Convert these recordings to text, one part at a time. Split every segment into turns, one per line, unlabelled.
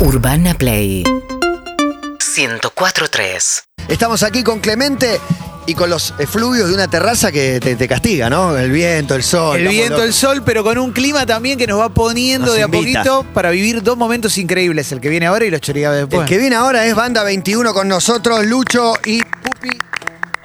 Urbana Play 104.3
Estamos aquí con Clemente y con los efluvios de una terraza que te, te castiga, ¿no? El viento, el sol.
El
estamos
viento, el
locos.
sol, pero con un clima también que nos va poniendo
Nos
de a
invita.
poquito para vivir dos momentos increíbles, el que viene ahora y los chorigados después.
El que viene ahora es Banda 21 con nosotros, Lucho y Pupi.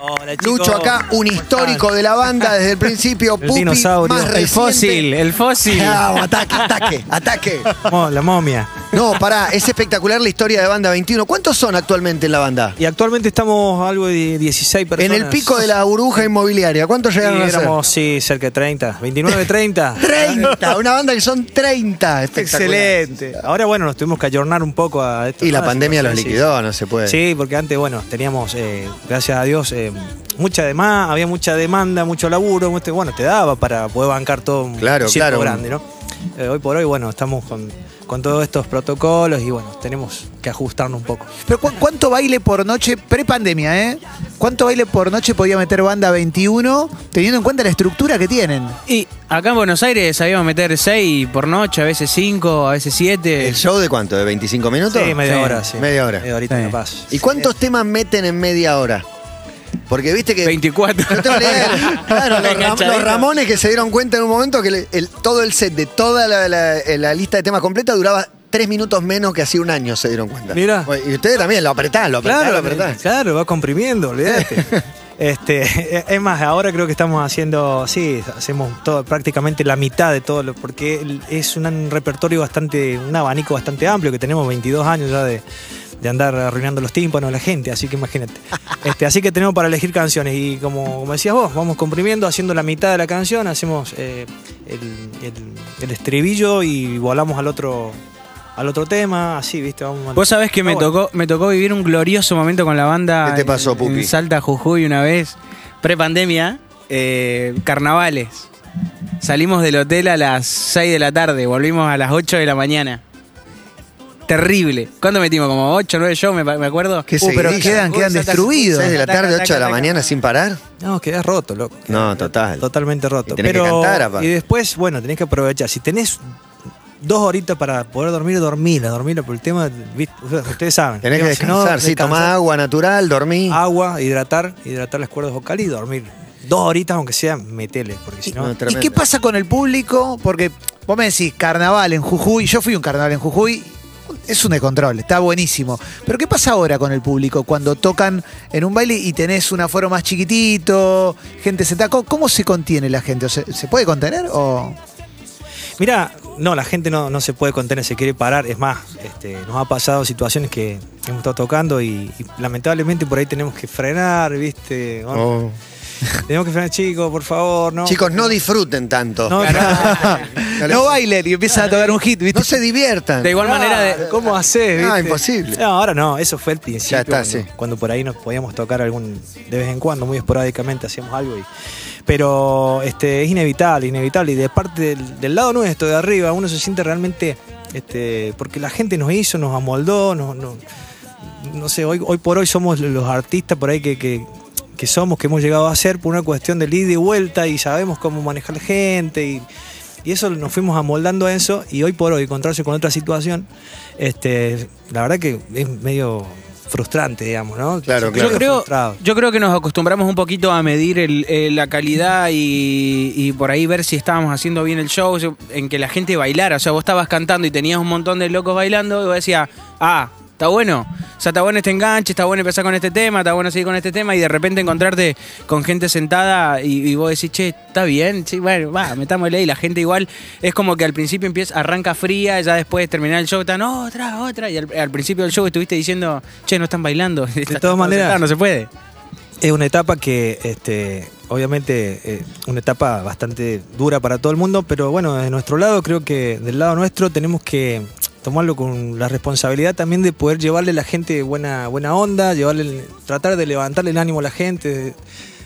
Hola, chicos.
Lucho acá, un histórico de la banda desde el principio.
El
Pupi,
dinosaurio.
más
El
reciente.
fósil, eh, el fósil.
Claro, ataque, ataque, ataque.
Mo- la momia.
No, pará, es espectacular la historia de Banda 21. ¿Cuántos son actualmente en la banda?
Y actualmente estamos algo de 16
En
personas.
el pico de la burbuja inmobiliaria, ¿cuántos
Y
llegaron a ser?
éramos, sí, cerca de 30. 29, 30.
30, una banda que son 30. espectacular.
Excelente. Ahora, bueno, nos tuvimos que ayornar un poco a esto.
Y la
Ah,
pandemia los
sí.
liquidó, eh. no se puede.
Sí, porque antes, bueno, teníamos, eh, gracias a Dios, eh, mucha demanda, había mucha demanda, mucho laburo, mucho- bueno, te daba para poder bancar todo un
Claro,
circo
claro.
grande, ¿no? Eh, hoy por hoy, bueno, estamos con, con todos estos protocolos y bueno, tenemos que ajustarnos un poco.
Pero cu- ¿cuánto baile por noche, prepandemia, eh? ¿Cuánto baile por noche podía meter banda 21 teniendo en cuenta la estructura que tienen?
Y acá en Buenos Aires sabíamos meter 6 por noche, a veces 5, a veces 7.
¿El show de cuánto? ¿De 25 minutos?
Sí, media
Sí.
hora, sí.
Media hora.
Media horita
Sí.
capaz.
¿Y cuántos temas meten en media hora? Porque viste que.
24.
Yo tengo que leer. Claro, los, Ram-
Enganchadito.
los Ramones que se dieron cuenta en un momento que le- el- todo el set de toda la, la- la lista de temas completa duraba tres minutos menos que hace un año, se dieron cuenta.
Mirá.
Y ustedes también lo apretán, lo apretán,
Claro, eh,
lo apretán.
claro, va comprimiendo, olvídate. este, es más, ahora creo que estamos haciendo, sí, hacemos todo, prácticamente la mitad de todo, lo, porque el- es un, un repertorio bastante, un abanico bastante amplio, que tenemos 22 años ya de, de andar arruinando los tímpanos a la gente, así que imagínate. Este, así que tenemos para elegir canciones y como, como decías vos, vamos comprimiendo, haciendo la mitad de la canción, hacemos eh, el, el- el estribillo y volamos al otro... Al otro tema, así, viste, vamos
Vos sabés que me
Ah, bueno.
tocó, me tocó vivir un glorioso momento con la banda.
¿Qué te pasó,
en-
Pupi?
En Salta Jujuy una vez, prepandemia, eh, carnavales. Salimos del hotel a las 6 de la tarde, volvimos a las 8 de la mañana. Terrible. ¿Cuánto metimos? Como 8, 9 shows, me, pa- me acuerdo.
Qué
Uh, pero
seguidilla.
quedan,
Uy,
quedan
Salta-
destruidos.
¿Seis de la
Taca,
tarde,
taca,
8 de la
taca.
mañana sin parar?
No, quedás roto, loco.
No, total.
Totalmente roto.
Y tenés que
Pero-
cantar, aparte.
Y después, bueno, tenés que aprovechar. Si tenés dos horitas para poder dormir, dormila, dormila. Por el tema, viste, ustedes saben.
Tenés que
Digo, si no, Ah,
descansar, sí,
descansás.
tomá agua natural, dormí.
Agua, hidratar, hidratar las cuerdas vocales y dormir. Dos horitas, aunque sea, metele, porque si no.
No, tremendo.
¿Y qué pasa con el público? Porque vos me decís carnaval en Jujuy, yo fui a un carnaval en Jujuy, es un descontrol, está buenísimo. Pero ¿qué pasa ahora con el público cuando tocan en un baile y tenés un aforo más chiquitito, gente sentada? ¿Cómo, cómo se contiene la gente? ¿O se, se puede contener o...?
Mira, no, la gente no, no se puede contener, se quiere parar. Es más, este, nos ha pasado situaciones que hemos estado tocando y, y lamentablemente por ahí tenemos que frenar, ¿viste? Bueno,
Oh.
Tenemos que frenar, chicos, por favor, ¿no?
Chicos, no disfruten tanto.
No,
No le-
No bailen y empiezan a tocar un hit, ¿viste?
no se diviertan.
De igual manera, de,
Claro, ¿Cómo haces?
Ah,
viste?
imposible.
No, ahora no, eso fue el principio.
Ya está,
cuando,
sí.
cuando por ahí nos podíamos tocar algún. de vez en cuando, muy esporádicamente hacíamos algo. Y, pero este, es inevitable, inevitable. Y de parte del, del lado nuestro, de arriba, uno se siente realmente. Este, porque la gente nos hizo, nos amoldó, nos- nos- no sé, hoy, hoy por hoy somos los artistas por ahí que, que- que somos, que hemos llegado a ser por una cuestión de ida y vuelta y sabemos cómo manejar la gente y, y eso nos fuimos amoldando a eso y hoy por hoy encontrarse con otra situación, este, la verdad que es medio frustrante, digamos, ¿no?
Claro,
Se
claro.
queda
Yo creo,
frustrado.
yo creo que nos acostumbramos un poquito a medir el- eh, la calidad y, y por ahí ver si estábamos haciendo bien el show, yo- en que la gente bailara. O sea, vos estabas cantando y tenías un montón de locos bailando y vos decías, ah, está bueno. O sea, está bueno este enganche, está bueno empezar con este tema, está bueno seguir con este tema y de repente encontrarte con gente sentada y, y vos decís, che, está bien, sí, bueno, va, metámosle y la gente igual es como que al principio empieza, arranca fría, ya después de terminar el show están otra, otra y al, al principio del show estuviste diciendo, che, no están bailando.
De todas maneras.
No se puede.
Es una etapa que, este, obviamente, eh, una etapa bastante dura para todo el mundo, pero bueno, de nuestro lado, creo que del lado nuestro tenemos que tomarlo con la responsabilidad también de poder llevarle a la gente buena, buena onda, llevarle, el- tratar de levantarle el ánimo a la gente.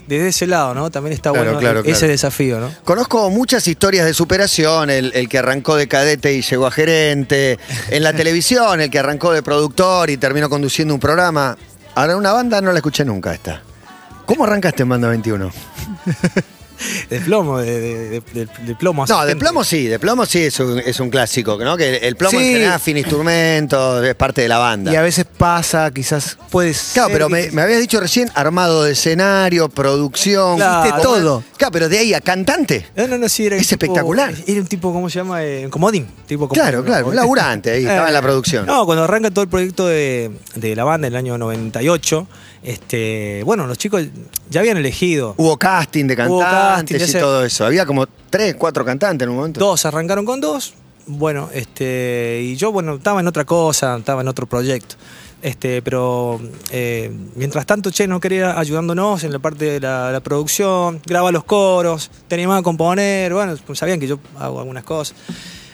Desde ese lado, ¿no? También está
Claro,
bueno
claro,
ese
claro.
desafío, ¿no?
Conozco muchas historias de superación, el, el que arrancó de cadete y llegó a gerente, en la televisión, el que arrancó de productor y terminó conduciendo un programa. Ahora en una banda no la escuché nunca esta. ¿Cómo arrancaste en Banda 21?
de plomo, de, de- de- de- de plomo.
No, de
asistente.
plomo sí, de plomo sí es un, es un clásico, ¿no? Que el, el plomo
Sí.
en general, fin instrumento, es parte de la banda.
Y a veces pasa, quizás puedes.
Claro, pero me, me habías dicho recién armado de escenario, producción,
Claro.
hiciste
todo.
Claro, pero de ahí a cantante.
No, no, no, sí, era un
Es
tipo-
espectacular.
Era un tipo, ¿cómo se llama? Eh, comodín. Tipo comodín,
Claro,
¿no?
claro, un laburante ahí, estaba en
Eh.
la producción.
Eh, No, cuando arranca todo el proyecto de, de la banda en el año 98, este, bueno, los chicos ya habían elegido.
Hubo casting de
Hubo
cantantes
casting, ya
y
sé.
todo eso. Había como tres, cuatro cantantes en un momento.
Dos arrancaron con dos. Bueno, este, y yo, bueno, estaba en otra cosa, estaba en otro proyecto. Este, pero eh, mientras tanto, Che nos quería ayudándonos en la parte de la, la producción, graba los coros, te animaba a componer, bueno, sabían que yo hago algunas cosas.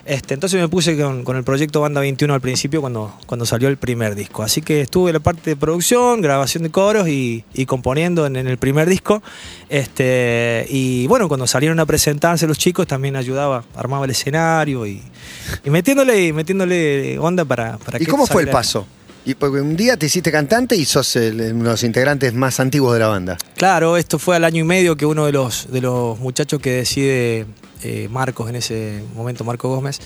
Este, entonces me puse con, con el proyecto Banda 21 al principio cuando, cuando salió el primer disco. Así que estuve en la parte de producción, grabación de coros y, y componiendo en, en el primer disco. Este, y bueno, cuando salieron a presentarse los chicos también ayudaba, armaba el escenario y, y metiéndole, metiéndole onda para, para
¿Y
que
cómo fue el
saliera.
paso? Y porque un día te hiciste cantante y sos el- uno de los integrantes más antiguos de la banda.
Claro, esto fue al año y medio que uno de los, de los muchachos que decide, eh, Marcos en ese momento, Marco Gómez,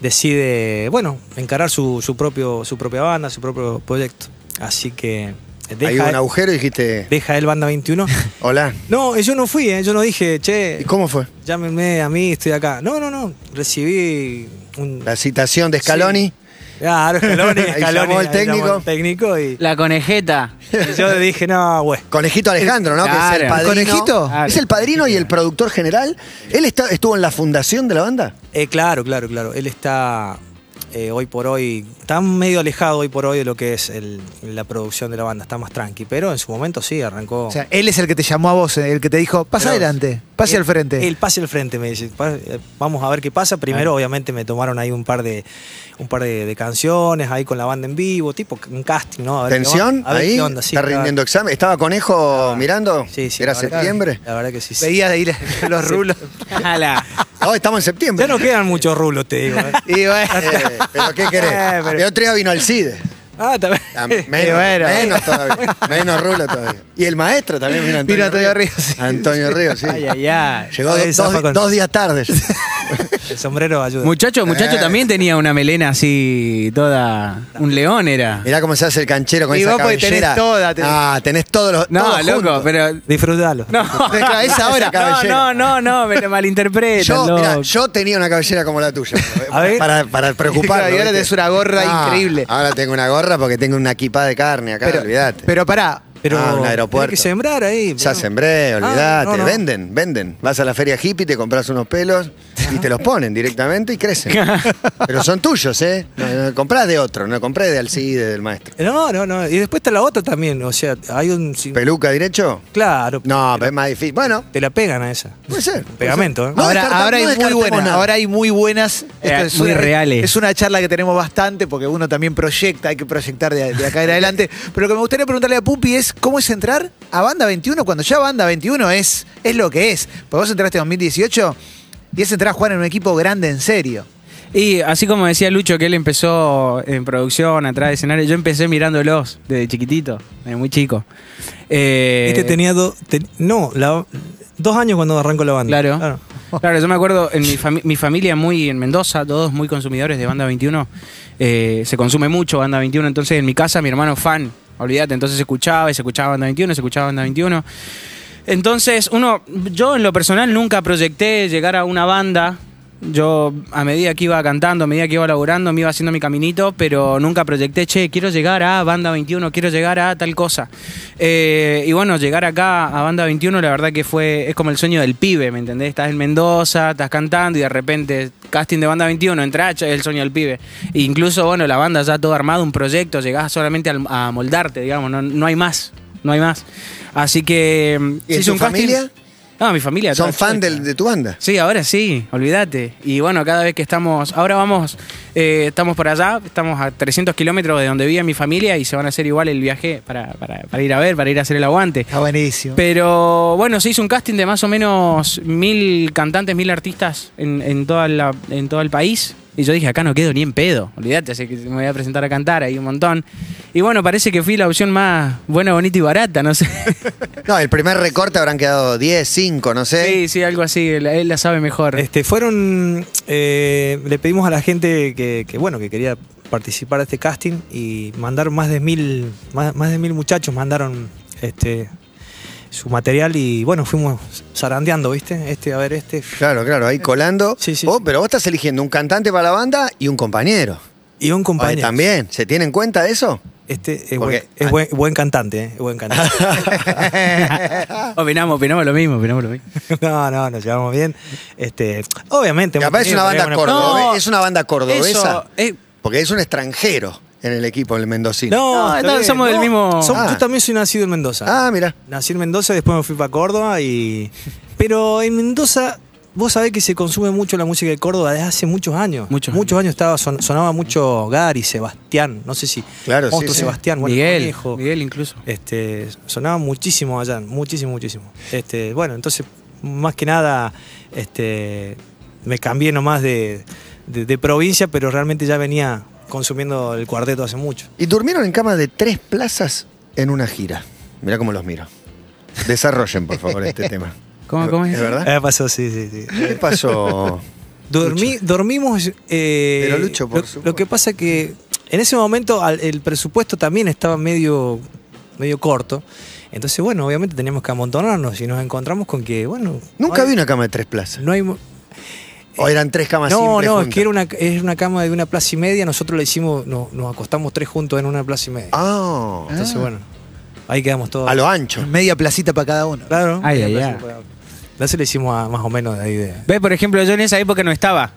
decide, bueno, encarar su, su propio, su propia banda, su propio proyecto. Así que
Ahí hubo un
deja,
agujero y dijiste,
deja el Banda 21.
hola.
No, eh, yo no fui, eh, yo no dije, che,
¿Y cómo fue?
llámenme a mí, estoy acá. No, no, no, recibí un...
La citación de Scaloni.
Claro, escalones,
Ahí
escalones.
llamó el
ahí llamó
técnico.
el técnico y,
La conejeta.
y yo le dije, no, güey.
Conejito Alejandro, ¿no? Que es el
Claro.
padrino.
¿Conejito?
Claro.
Es el padrino y el productor general. ¿Él está- estuvo en la fundación de la banda?
Eh, claro, claro, claro. Él está eh, hoy por hoy, está medio alejado hoy por hoy de lo que es el- la producción de la banda, está más tranqui, pero en su momento sí, arrancó.
O sea, él es el que te llamó a vos, eh, el que te dijo, pasa
Pero-
adelante, pase
El-
al frente.
El pase al frente, me dice. "Pa- eh, Vamos a ver qué pasa. Primero, obviamente, me tomaron ahí un par de un par de, de canciones, ahí con la banda en vivo, tipo un casting, ¿no? A ver qué va-
¿Tensión?
a ver
ahí
qué onda, sí,
está
claro. Ah.
rindiendo examen. ¿Estaba Conejo mirando?
Sí, sí,
¿Era
la verdad-
septiembre?
La verdad que sí. sí.
Veía de ir a los rulos.
Ala.
No, Oh, estamos en septiembre.
Ya no quedan muchos rulos, te digo. ¿eh?
Y bueno,
Eh, ¿Pero qué querés?
Eh, pero-
El otro día vino el CIDE.
Ah, también.
Ah, Menos,
Y bueno.
menos todavía. Menos rulo todavía. Y el maestro también vino Antonio
Vino Antonio
Ríos.
Ríos, sí.
Antonio Ríos, sí.
Ay, ay, ay.
Llegó
Ay,
dos-
zapa
dos,
con-
dos días tarde.
El sombrero ayuda.
Muchacho, muchacho
Eh.
también tenía una melena así, toda. Un león era.
Mirá cómo se hace el canchero con
Y
esa
vos porque tenés
cabellera.
toda, tenés-
Ah, tenés todos los.
No,
todos
loco,
juntos.
pero.
Disfrutalo.
No,
Claro, esa ahora, cabellera.
no, no, no, no, me lo malinterpretan.
Yo,
loco.
mirá, yo tenía una cabellera como la tuya.
A ver.
Para, para preocuparme. Ah,
Y ahora tenés una gorra increíble.
Ahora tengo una gorra porque tengo una equipa de carne acá,
pero,
olvídate.
pero pará,
Pero
Ah, un aeropuerto.
tenés que sembrar ahí.
Ya
¿no?
sembré, olvidate.
Ah, no, no.
Venden, venden. Vas a la feria hippie, te compras unos pelos y te los ponen directamente y crecen. Pero son tuyos, ¿eh? No, no comprás de otro, no compré de Alcide, del maestro.
Eh, No, no, no. Y después está la otra también. O sea, hay un. sí,
¿Peluca derecho?
Claro.
No, pero es más difícil. Bueno,
Te la pegan a esa.
puede ser. puede
Pegamento,
ser.
¿eh?
No
ahora,
descarta-
ahora
no
hay muy
descartemos
buenas,
nada.
ahora hay muy buenas.
Eh, muy
una,
reales.
Es una charla que tenemos bastante porque uno también proyecta, hay que proyectar de, de acá en adelante. Pero lo que me gustaría preguntarle a Pupi es cómo es entrar a Banda 21 cuando ya Banda 21 es, es lo que es. Porque vos entraste en 2018 y es entrar a jugar en un equipo grande en serio.
Y así como decía Lucho que él empezó en producción, atrás de escenario, yo empecé mirándolos desde chiquitito, desde muy chico. Eh,
Este tenía dos. no, la- dos años cuando arrancó la banda.
Claro. Claro, yo me acuerdo, en mi, fami- mi familia muy en Mendoza, todos muy consumidores de Banda 21, eh, se consume mucho Banda 21, entonces en mi casa mi hermano fan, olvídate, entonces se escuchaba y se escuchaba Banda 21, se escuchaba Banda 21. Entonces, uno, yo en lo personal nunca proyecté llegar a una banda. Yo a medida que iba cantando, a medida que iba laburando, me iba haciendo mi caminito, pero nunca proyecté, che, quiero llegar a Banda 21, quiero llegar a tal cosa. Eh, y bueno, llegar acá a Banda 21, la verdad que fue, es como el sueño del pibe, ¿me entendés? Estás en Mendoza, estás cantando y de repente, casting de Banda 21, entra, es el sueño del pibe. E incluso, bueno, la banda ya todo armado, un proyecto, llegás solamente al- a moldarte, digamos, no, no hay más, no hay más. Así que... mm,
¿Y en
Sí,
tu
es un casting-
familia?
No, mi familia.
Son
toda
fan
chueca.
del- de tu banda.
Sí, ahora sí, olvídate. Y bueno, cada vez que estamos, ahora vamos, eh, estamos por allá, estamos a 300 kilómetros de donde vive mi familia y se van a hacer igual el viaje para, para- para ir a ver, para ir a hacer el aguante.
Está buenísimo.
Pero bueno, se hizo un casting de más o menos mil cantantes, mil artistas en, en toda la, en todo el país. Y yo dije, acá no quedo ni en pedo. Olvídate, así que me voy a presentar a cantar ahí un montón. Y bueno, parece que fui la opción más buena, bonita y barata, no sé.
No, el primer recorte habrán quedado 10, 5, no sé.
Sí, sí, algo así. Él, él la sabe mejor.
Este, fueron. eh, le pedimos a la gente que, que, bueno, que quería participar de este casting y mandaron más de mil, más, más de mil muchachos, mandaron este su material y bueno, fuimos zarandeando, ¿viste? Este, a ver, este.
Claro, claro, ahí colando.
Sí, sí.
Oh, pero vos estás eligiendo un cantante para la banda y un compañero.
Y un
Oye,
compañero.
también, ¿se tiene en cuenta eso?
Este
Porque-
es, buen, es buen, buen cantante, ¿eh? Es buen cantante.
opinamos, opinamos lo mismo, opinamos lo mismo.
no, no, nos llevamos bien. Este, obviamente.
Y
hemos
aparte es
tenido
una
por ahí
banda
alguna-
corta.
cordobe-
No,
es una banda cordobesa,
Eso, eh,
porque es un extranjero en el equipo, el mendocino.
No,
No,
está
no,
bien,
somos del mismo-
Som-
Ah.
Yo también soy nacido en Mendoza.
Ah, mira.
Nací en Mendoza, después me fui para Córdoba y. Pero en Mendoza, vos sabés que se consume mucho la música de Córdoba desde hace muchos años.
Muchos
años estaba, son- sonaba mucho Gary, Sebastián, no sé si.
Claro, sí,
Monstruo
sí.
Sebastián, bueno,
Ah, Miguel,
Conejo.
Miguel incluso.
Este, sonaba muchísimo allá, muchísimo, muchísimo. Este, bueno, entonces, más que nada, este, me cambié nomás de, de- de provincia, pero realmente ya venía consumiendo el cuarteto hace mucho.
Y durmieron en camas de tres plazas en una gira. Mirá cómo los miro. Desarrollen, por favor, este tema.
¿Cómo, cómo es?
¿Es verdad?
Eh, pasó, sí, sí, sí.
¿Qué pasó?
Dormí- dormimos. eh,
Pero Lucho, por
lo- lo,
supuesto.
que pasa que en ese momento al- el presupuesto también estaba medio, medio corto. Entonces, bueno, obviamente teníamos que amontonarnos y nos encontramos con que, bueno.
Nunca
no
vi
hay-
una cama de tres plazas.
No hay. mo-
O eran tres camas
No,
simples
no, es
juntas.
que era una, es una cama de una plaza y media. Nosotros la hicimos, no- nos acostamos tres juntos en una plaza y media.
Ah,
Entonces, bueno, ahí quedamos todos.
a lo ancho.
Media placita para cada uno.
Claro.
Ay,
Una
ay,
plaza
ay.
y media. Entonces le hicimos a- más o menos de ahí de.
Ve, por ejemplo, yo en esa época no estaba.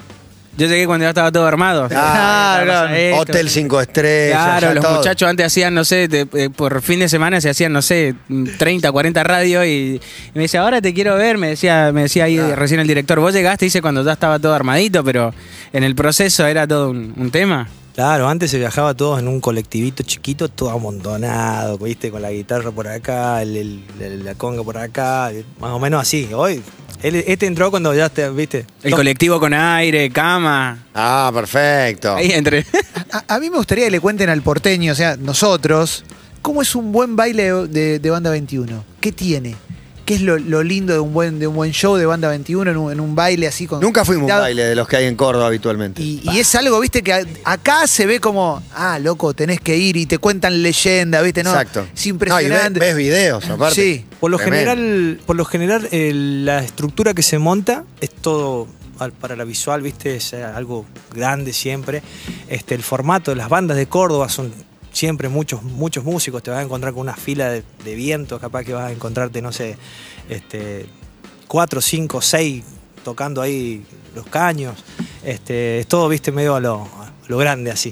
Yo llegué cuando ya estaba todo armado.
Ah,
Ya estaba esto,
Hotel cinco estrellas.
Claro,
ya
los
todo.
muchachos antes hacían, no sé, te- eh, por fin de semana se hacían, no sé, 30, 40 radios y, y me decía, ahora te quiero ver, me decía, me decía ahí recién el director, vos llegaste, dice, cuando ya estaba todo armadito, pero en el proceso era todo un, un tema.
Claro, antes se viajaba todos en un colectivito chiquito, todo amontonado, ¿viste? Con la guitarra por acá, el- el- el- la conga por acá, más o menos así. Hoy, él- este entró cuando ya, te, ¿viste?
El
To-
colectivo con aire, cama,
Ah, perfecto.
ahí entre...
A, a mí me gustaría que le cuenten al porteño, o sea, nosotros, ¿cómo es un buen baile de, de Banda 21? ¿Qué tiene? ¿Qué es lo, lo lindo de un buen de un buen show de Banda 21 en un, en un baile así con...
Nunca fuimos a un
cuidado?
baile de los que hay en Córdoba habitualmente.
Y, y es algo, viste, que a- acá se ve como, ah, loco, tenés que ir y te cuentan leyenda, viste, ¿no?
Exacto.
Es
No, y
impresionante.
ves, ves videos, aparte.
Sí.
Por lo
Tremendo.
general, por lo general eh, la estructura que se monta es todo al- para la visual, ¿viste? Es eh, algo grande siempre. Este, el formato de las bandas de Córdoba son siempre muchos, muchos músicos. Te vas a encontrar con una fila de, de vientos, capaz que vas a encontrarte, no sé, este, cuatro, cinco, seis tocando ahí los caños. Este, es todo, viste, medio a lo, a lo grande así.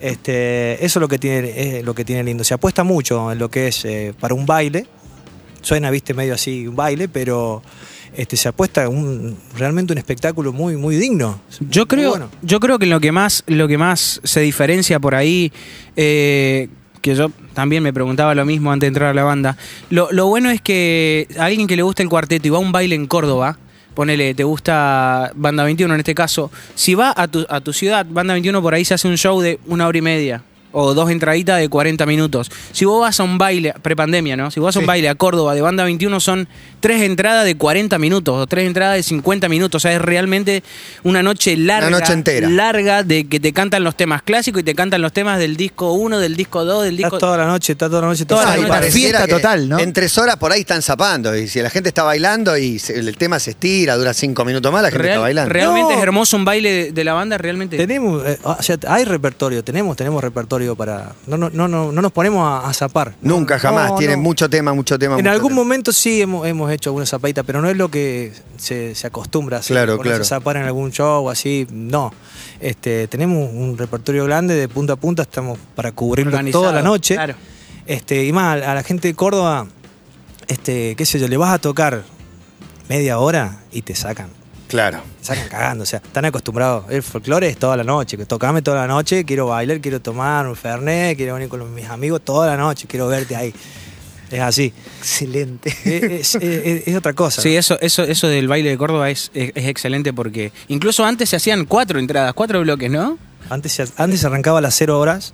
Este, eso es lo que tiene, es lo que tiene lindo. Se apuesta mucho en lo que es eh, para un baile. Suena, viste, medio así un baile, pero este, se apuesta a un, realmente un espectáculo muy, muy digno.
Yo creo,
bueno.
yo creo que lo que más, lo que más se diferencia por ahí, eh, que yo también me preguntaba lo mismo antes de entrar a la banda. Lo, lo bueno es que a alguien que le gusta el cuarteto y va a un baile en Córdoba, ponele, te gusta Banda 21 en este caso, si va a tu, a tu ciudad, Banda 21 por ahí se hace un show de una hora y media. O dos entraditas de 40 minutos. Si vos vas a un baile, prepandemia, ¿no? Si vos vas a un baile a Córdoba de banda 21, son tres entradas de 40 minutos o tres entradas de 50 minutos. O sea, es realmente una noche larga larga,
Una noche entera.
larga de que te cantan los temas clásicos y te cantan los temas del disco 1, del disco 2, del
Estás
disco...
toda la noche, estás toda la noche.
Toda
toda
la
la
y
noche.
noche.
pareciera
Fiesta
que
total, ¿no?
En tres horas por ahí están zapando. Y si la gente está bailando y se- el tema se estira, dura cinco minutos más, la gente
Real-
está bailando.
realmente
No.
es hermoso un baile de, de la banda, realmente.
Tenemos, eh, o sea, hay repertorio, tenemos, tenemos repertorio para. No, no, no, no, no nos ponemos a, a zapar.
Nunca,
No,
jamás.
no.
Tienen mucho tema, mucho tema.
En
mucho
algún
tema.
momento sí hemos, hemos hecho alguna zapadita, pero no es lo que se, se acostumbra a hacer.
Claro,
ponerse
claro.
a zapar en algún show o así, no. Este, tenemos un repertorio grande de punta a punta, estamos para cubrirlo
Organizado,
toda la noche.
claro.
Este, y más, a la gente de Córdoba, este, qué sé yo, le vas a tocar media hora y te sacan.
Claro.
te Sacan cagando, o sea, están acostumbrados. El folclore es toda la noche, que tocame toda la noche, quiero bailar, quiero tomar un fernet, quiero venir con los- mis amigos toda la noche, quiero verte ahí. Es así.
Excelente.
Eh, es, es- es- es otra cosa.
Sí, eso, eso, eso del baile de Córdoba es, es- es excelente porque incluso antes se hacían cuatro entradas, cuatro bloques, ¿no?
Antes, se- antes se arrancaba a las 0 horas.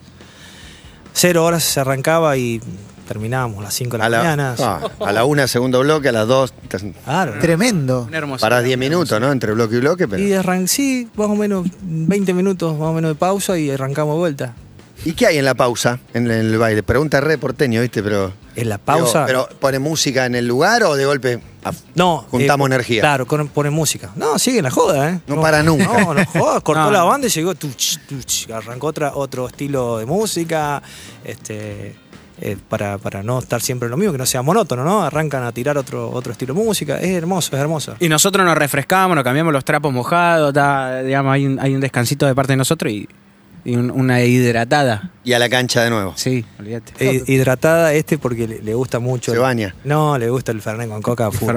0 horas se arrancaba y terminábamos a las 5 de la,
A la,
mañana.
ah, a la una, segundo bloque, a las dos, estás-
Claro.
Tremendo.
Una hermosa.
parás 10 minutos, ¿no? Entre bloque y bloque, pero.
Y arran sí, más o menos 20 minutos más o menos de pausa y arrancamos de vuelta.
¿Y qué hay en la pausa, en el baile? Pregunta re porteño, ¿viste? Pero.
En la pausa.
Digo, ¿Pero pone música en el lugar o de golpe af-
no,
juntamos
eh,
energía?
Claro, con- ponen música. No, sigue la joda, ¿eh?
No para nunca.
No, no jodas, cortó
No.
la banda y llegó, tuch, tuch, arrancó otra, otro estilo de música, este, eh, para, para no estar siempre en lo mismo, que no sea monótono, ¿no? Arrancan a tirar otro, otro estilo de música, es hermoso, es hermoso.
Y nosotros nos refrescamos, nos cambiamos los trapos mojados, ta, digamos, hay un, hay un descansito de parte de nosotros y, y un- una hidratada.
Y a la cancha de nuevo.
Sí, olvídate.
Eh, hidratada este porque le, le gusta mucho.
Se baña.
No, le gusta el Fernet con coca. full.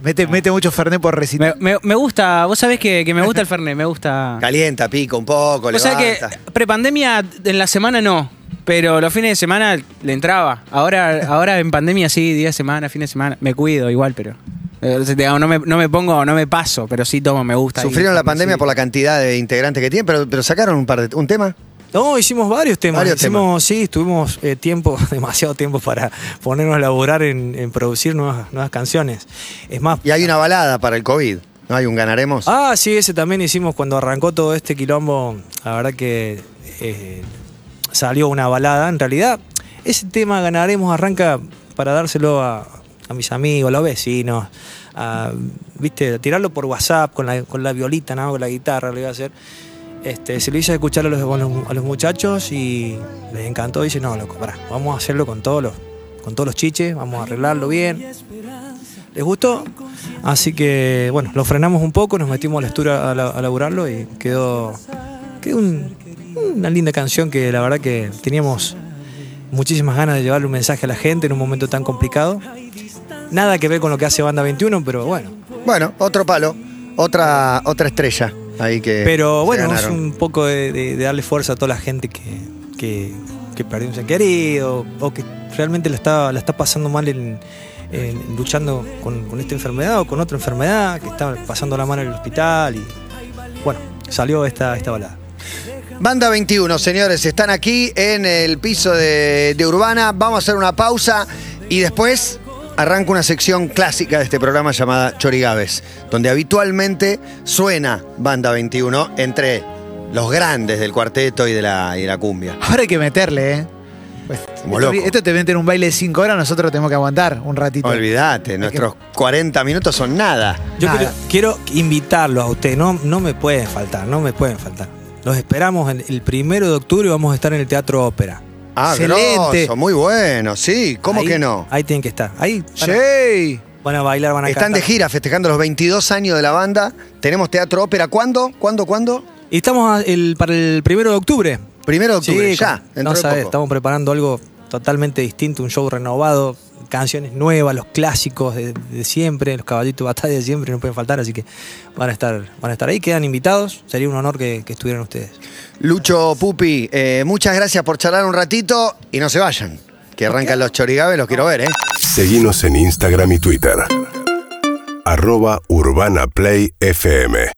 Mete, mete mucho Fernet por
Me,
recitar.
me- me gusta, vos sabés que, que me gusta el Fernet, me gusta.
Calienta, pica un poco,
O sea que
levanta.
prepandemia en la semana no, pero los fines de semana le entraba. Ahora, ahora en pandemia sí, día de semana, fin de semana, me cuido igual, pero eh, o sea, digamos, no, me, no me pongo, no me paso, pero sí tomo, me gusta.
Sufrieron
Y-
la pandemia por la cantidad de integrantes que tienen, pero, pero sacaron un par de un tema.
No, hicimos varios temas.
Varios
hicimos, sí, tuvimos eh, tiempo, demasiado tiempo para ponernos a laborar en, en producir nuevas, nuevas canciones. Es más,
Y hay una balada para el COVID. ¿No hay un ganaremos?
Ah, sí, ese también hicimos cuando arrancó todo este quilombo. La verdad que eh, salió una balada. En realidad, ese tema ganaremos arranca para dárselo a, a mis amigos, a los vecinos, a, viste, tirarlo por WhatsApp con la, con la violita, ¿no? con la guitarra, lo iba a hacer. Este, se lo hice escuchar a los, a los- a los muchachos y les encantó. Dice, no, loco, pará, vamos a hacerlo con todos los, con todos los chiches, vamos a arreglarlo bien les gustó. Así que, bueno, lo frenamos un poco, nos metimos a la estura a, la- a laburarlo y quedó, quedó un- una linda canción que la verdad que teníamos muchísimas ganas de llevarle un mensaje a la gente en un momento tan complicado. Nada que ver con lo que hace Banda 21, pero bueno.
Bueno, otro palo, otra, otra estrella ahí que.
Pero
Eh, se
bueno, es
ganaron.
un poco de, de- de darle fuerza a toda la gente que, que, que perdió un ser querido o que realmente la está, la está pasando mal en, en- luchando con, con esta enfermedad o con otra enfermedad, que está pasando la mano en el hospital y bueno, salió esta, esta balada.
Banda 21, señores, están aquí en el piso de, de Urbana. Vamos a hacer una pausa y después arranca una sección clásica de este programa llamada Chorigaves, donde habitualmente suena Banda 21 entre los grandes del cuarteto y de la, y de la cumbia.
Ahora hay que meterle, ¿eh?
Como
esto,
loco.
esto te meten un baile de 5 horas, nosotros tenemos que aguantar un ratito.
Olvídate, nuestros 40 minutos son nada.
Yo
Nada.
quiero, quiero invitarlos a ustedes, no, no me pueden faltar, no me pueden faltar. Los esperamos el, el primero de octubre, vamos a estar en el Teatro Ópera.
Ah,
Excelente.
grosso, muy bueno, sí, ¿cómo
Ahí-
que no?
Ahí tienen que estar. Ahí van a,
Sí.
van a bailar, van a
Están de
cantar.
gira festejando los 22 años de la banda. Tenemos teatro ópera. ¿Cuándo? ¿Cuándo? ¿Cuándo?
Y estamos a- el- para el primero de octubre.
Primero de octubre,
Sí,
ya.
con-
dentro
No
de
sabes,
poco.
estamos preparando algo totalmente distinto, un show renovado, canciones nuevas, los clásicos de, de siempre, los caballitos de batalla de siempre no pueden faltar, así que van a estar, van a estar ahí, quedan invitados, sería un honor que, que estuvieran ustedes.
Lucho Pupi, eh, muchas gracias por charlar un ratito y no se vayan. Que arrancan los chorigaves, los quiero ver, ¿eh?
Seguimos en Instagram y Twitter. Arroba Urbana Play FM.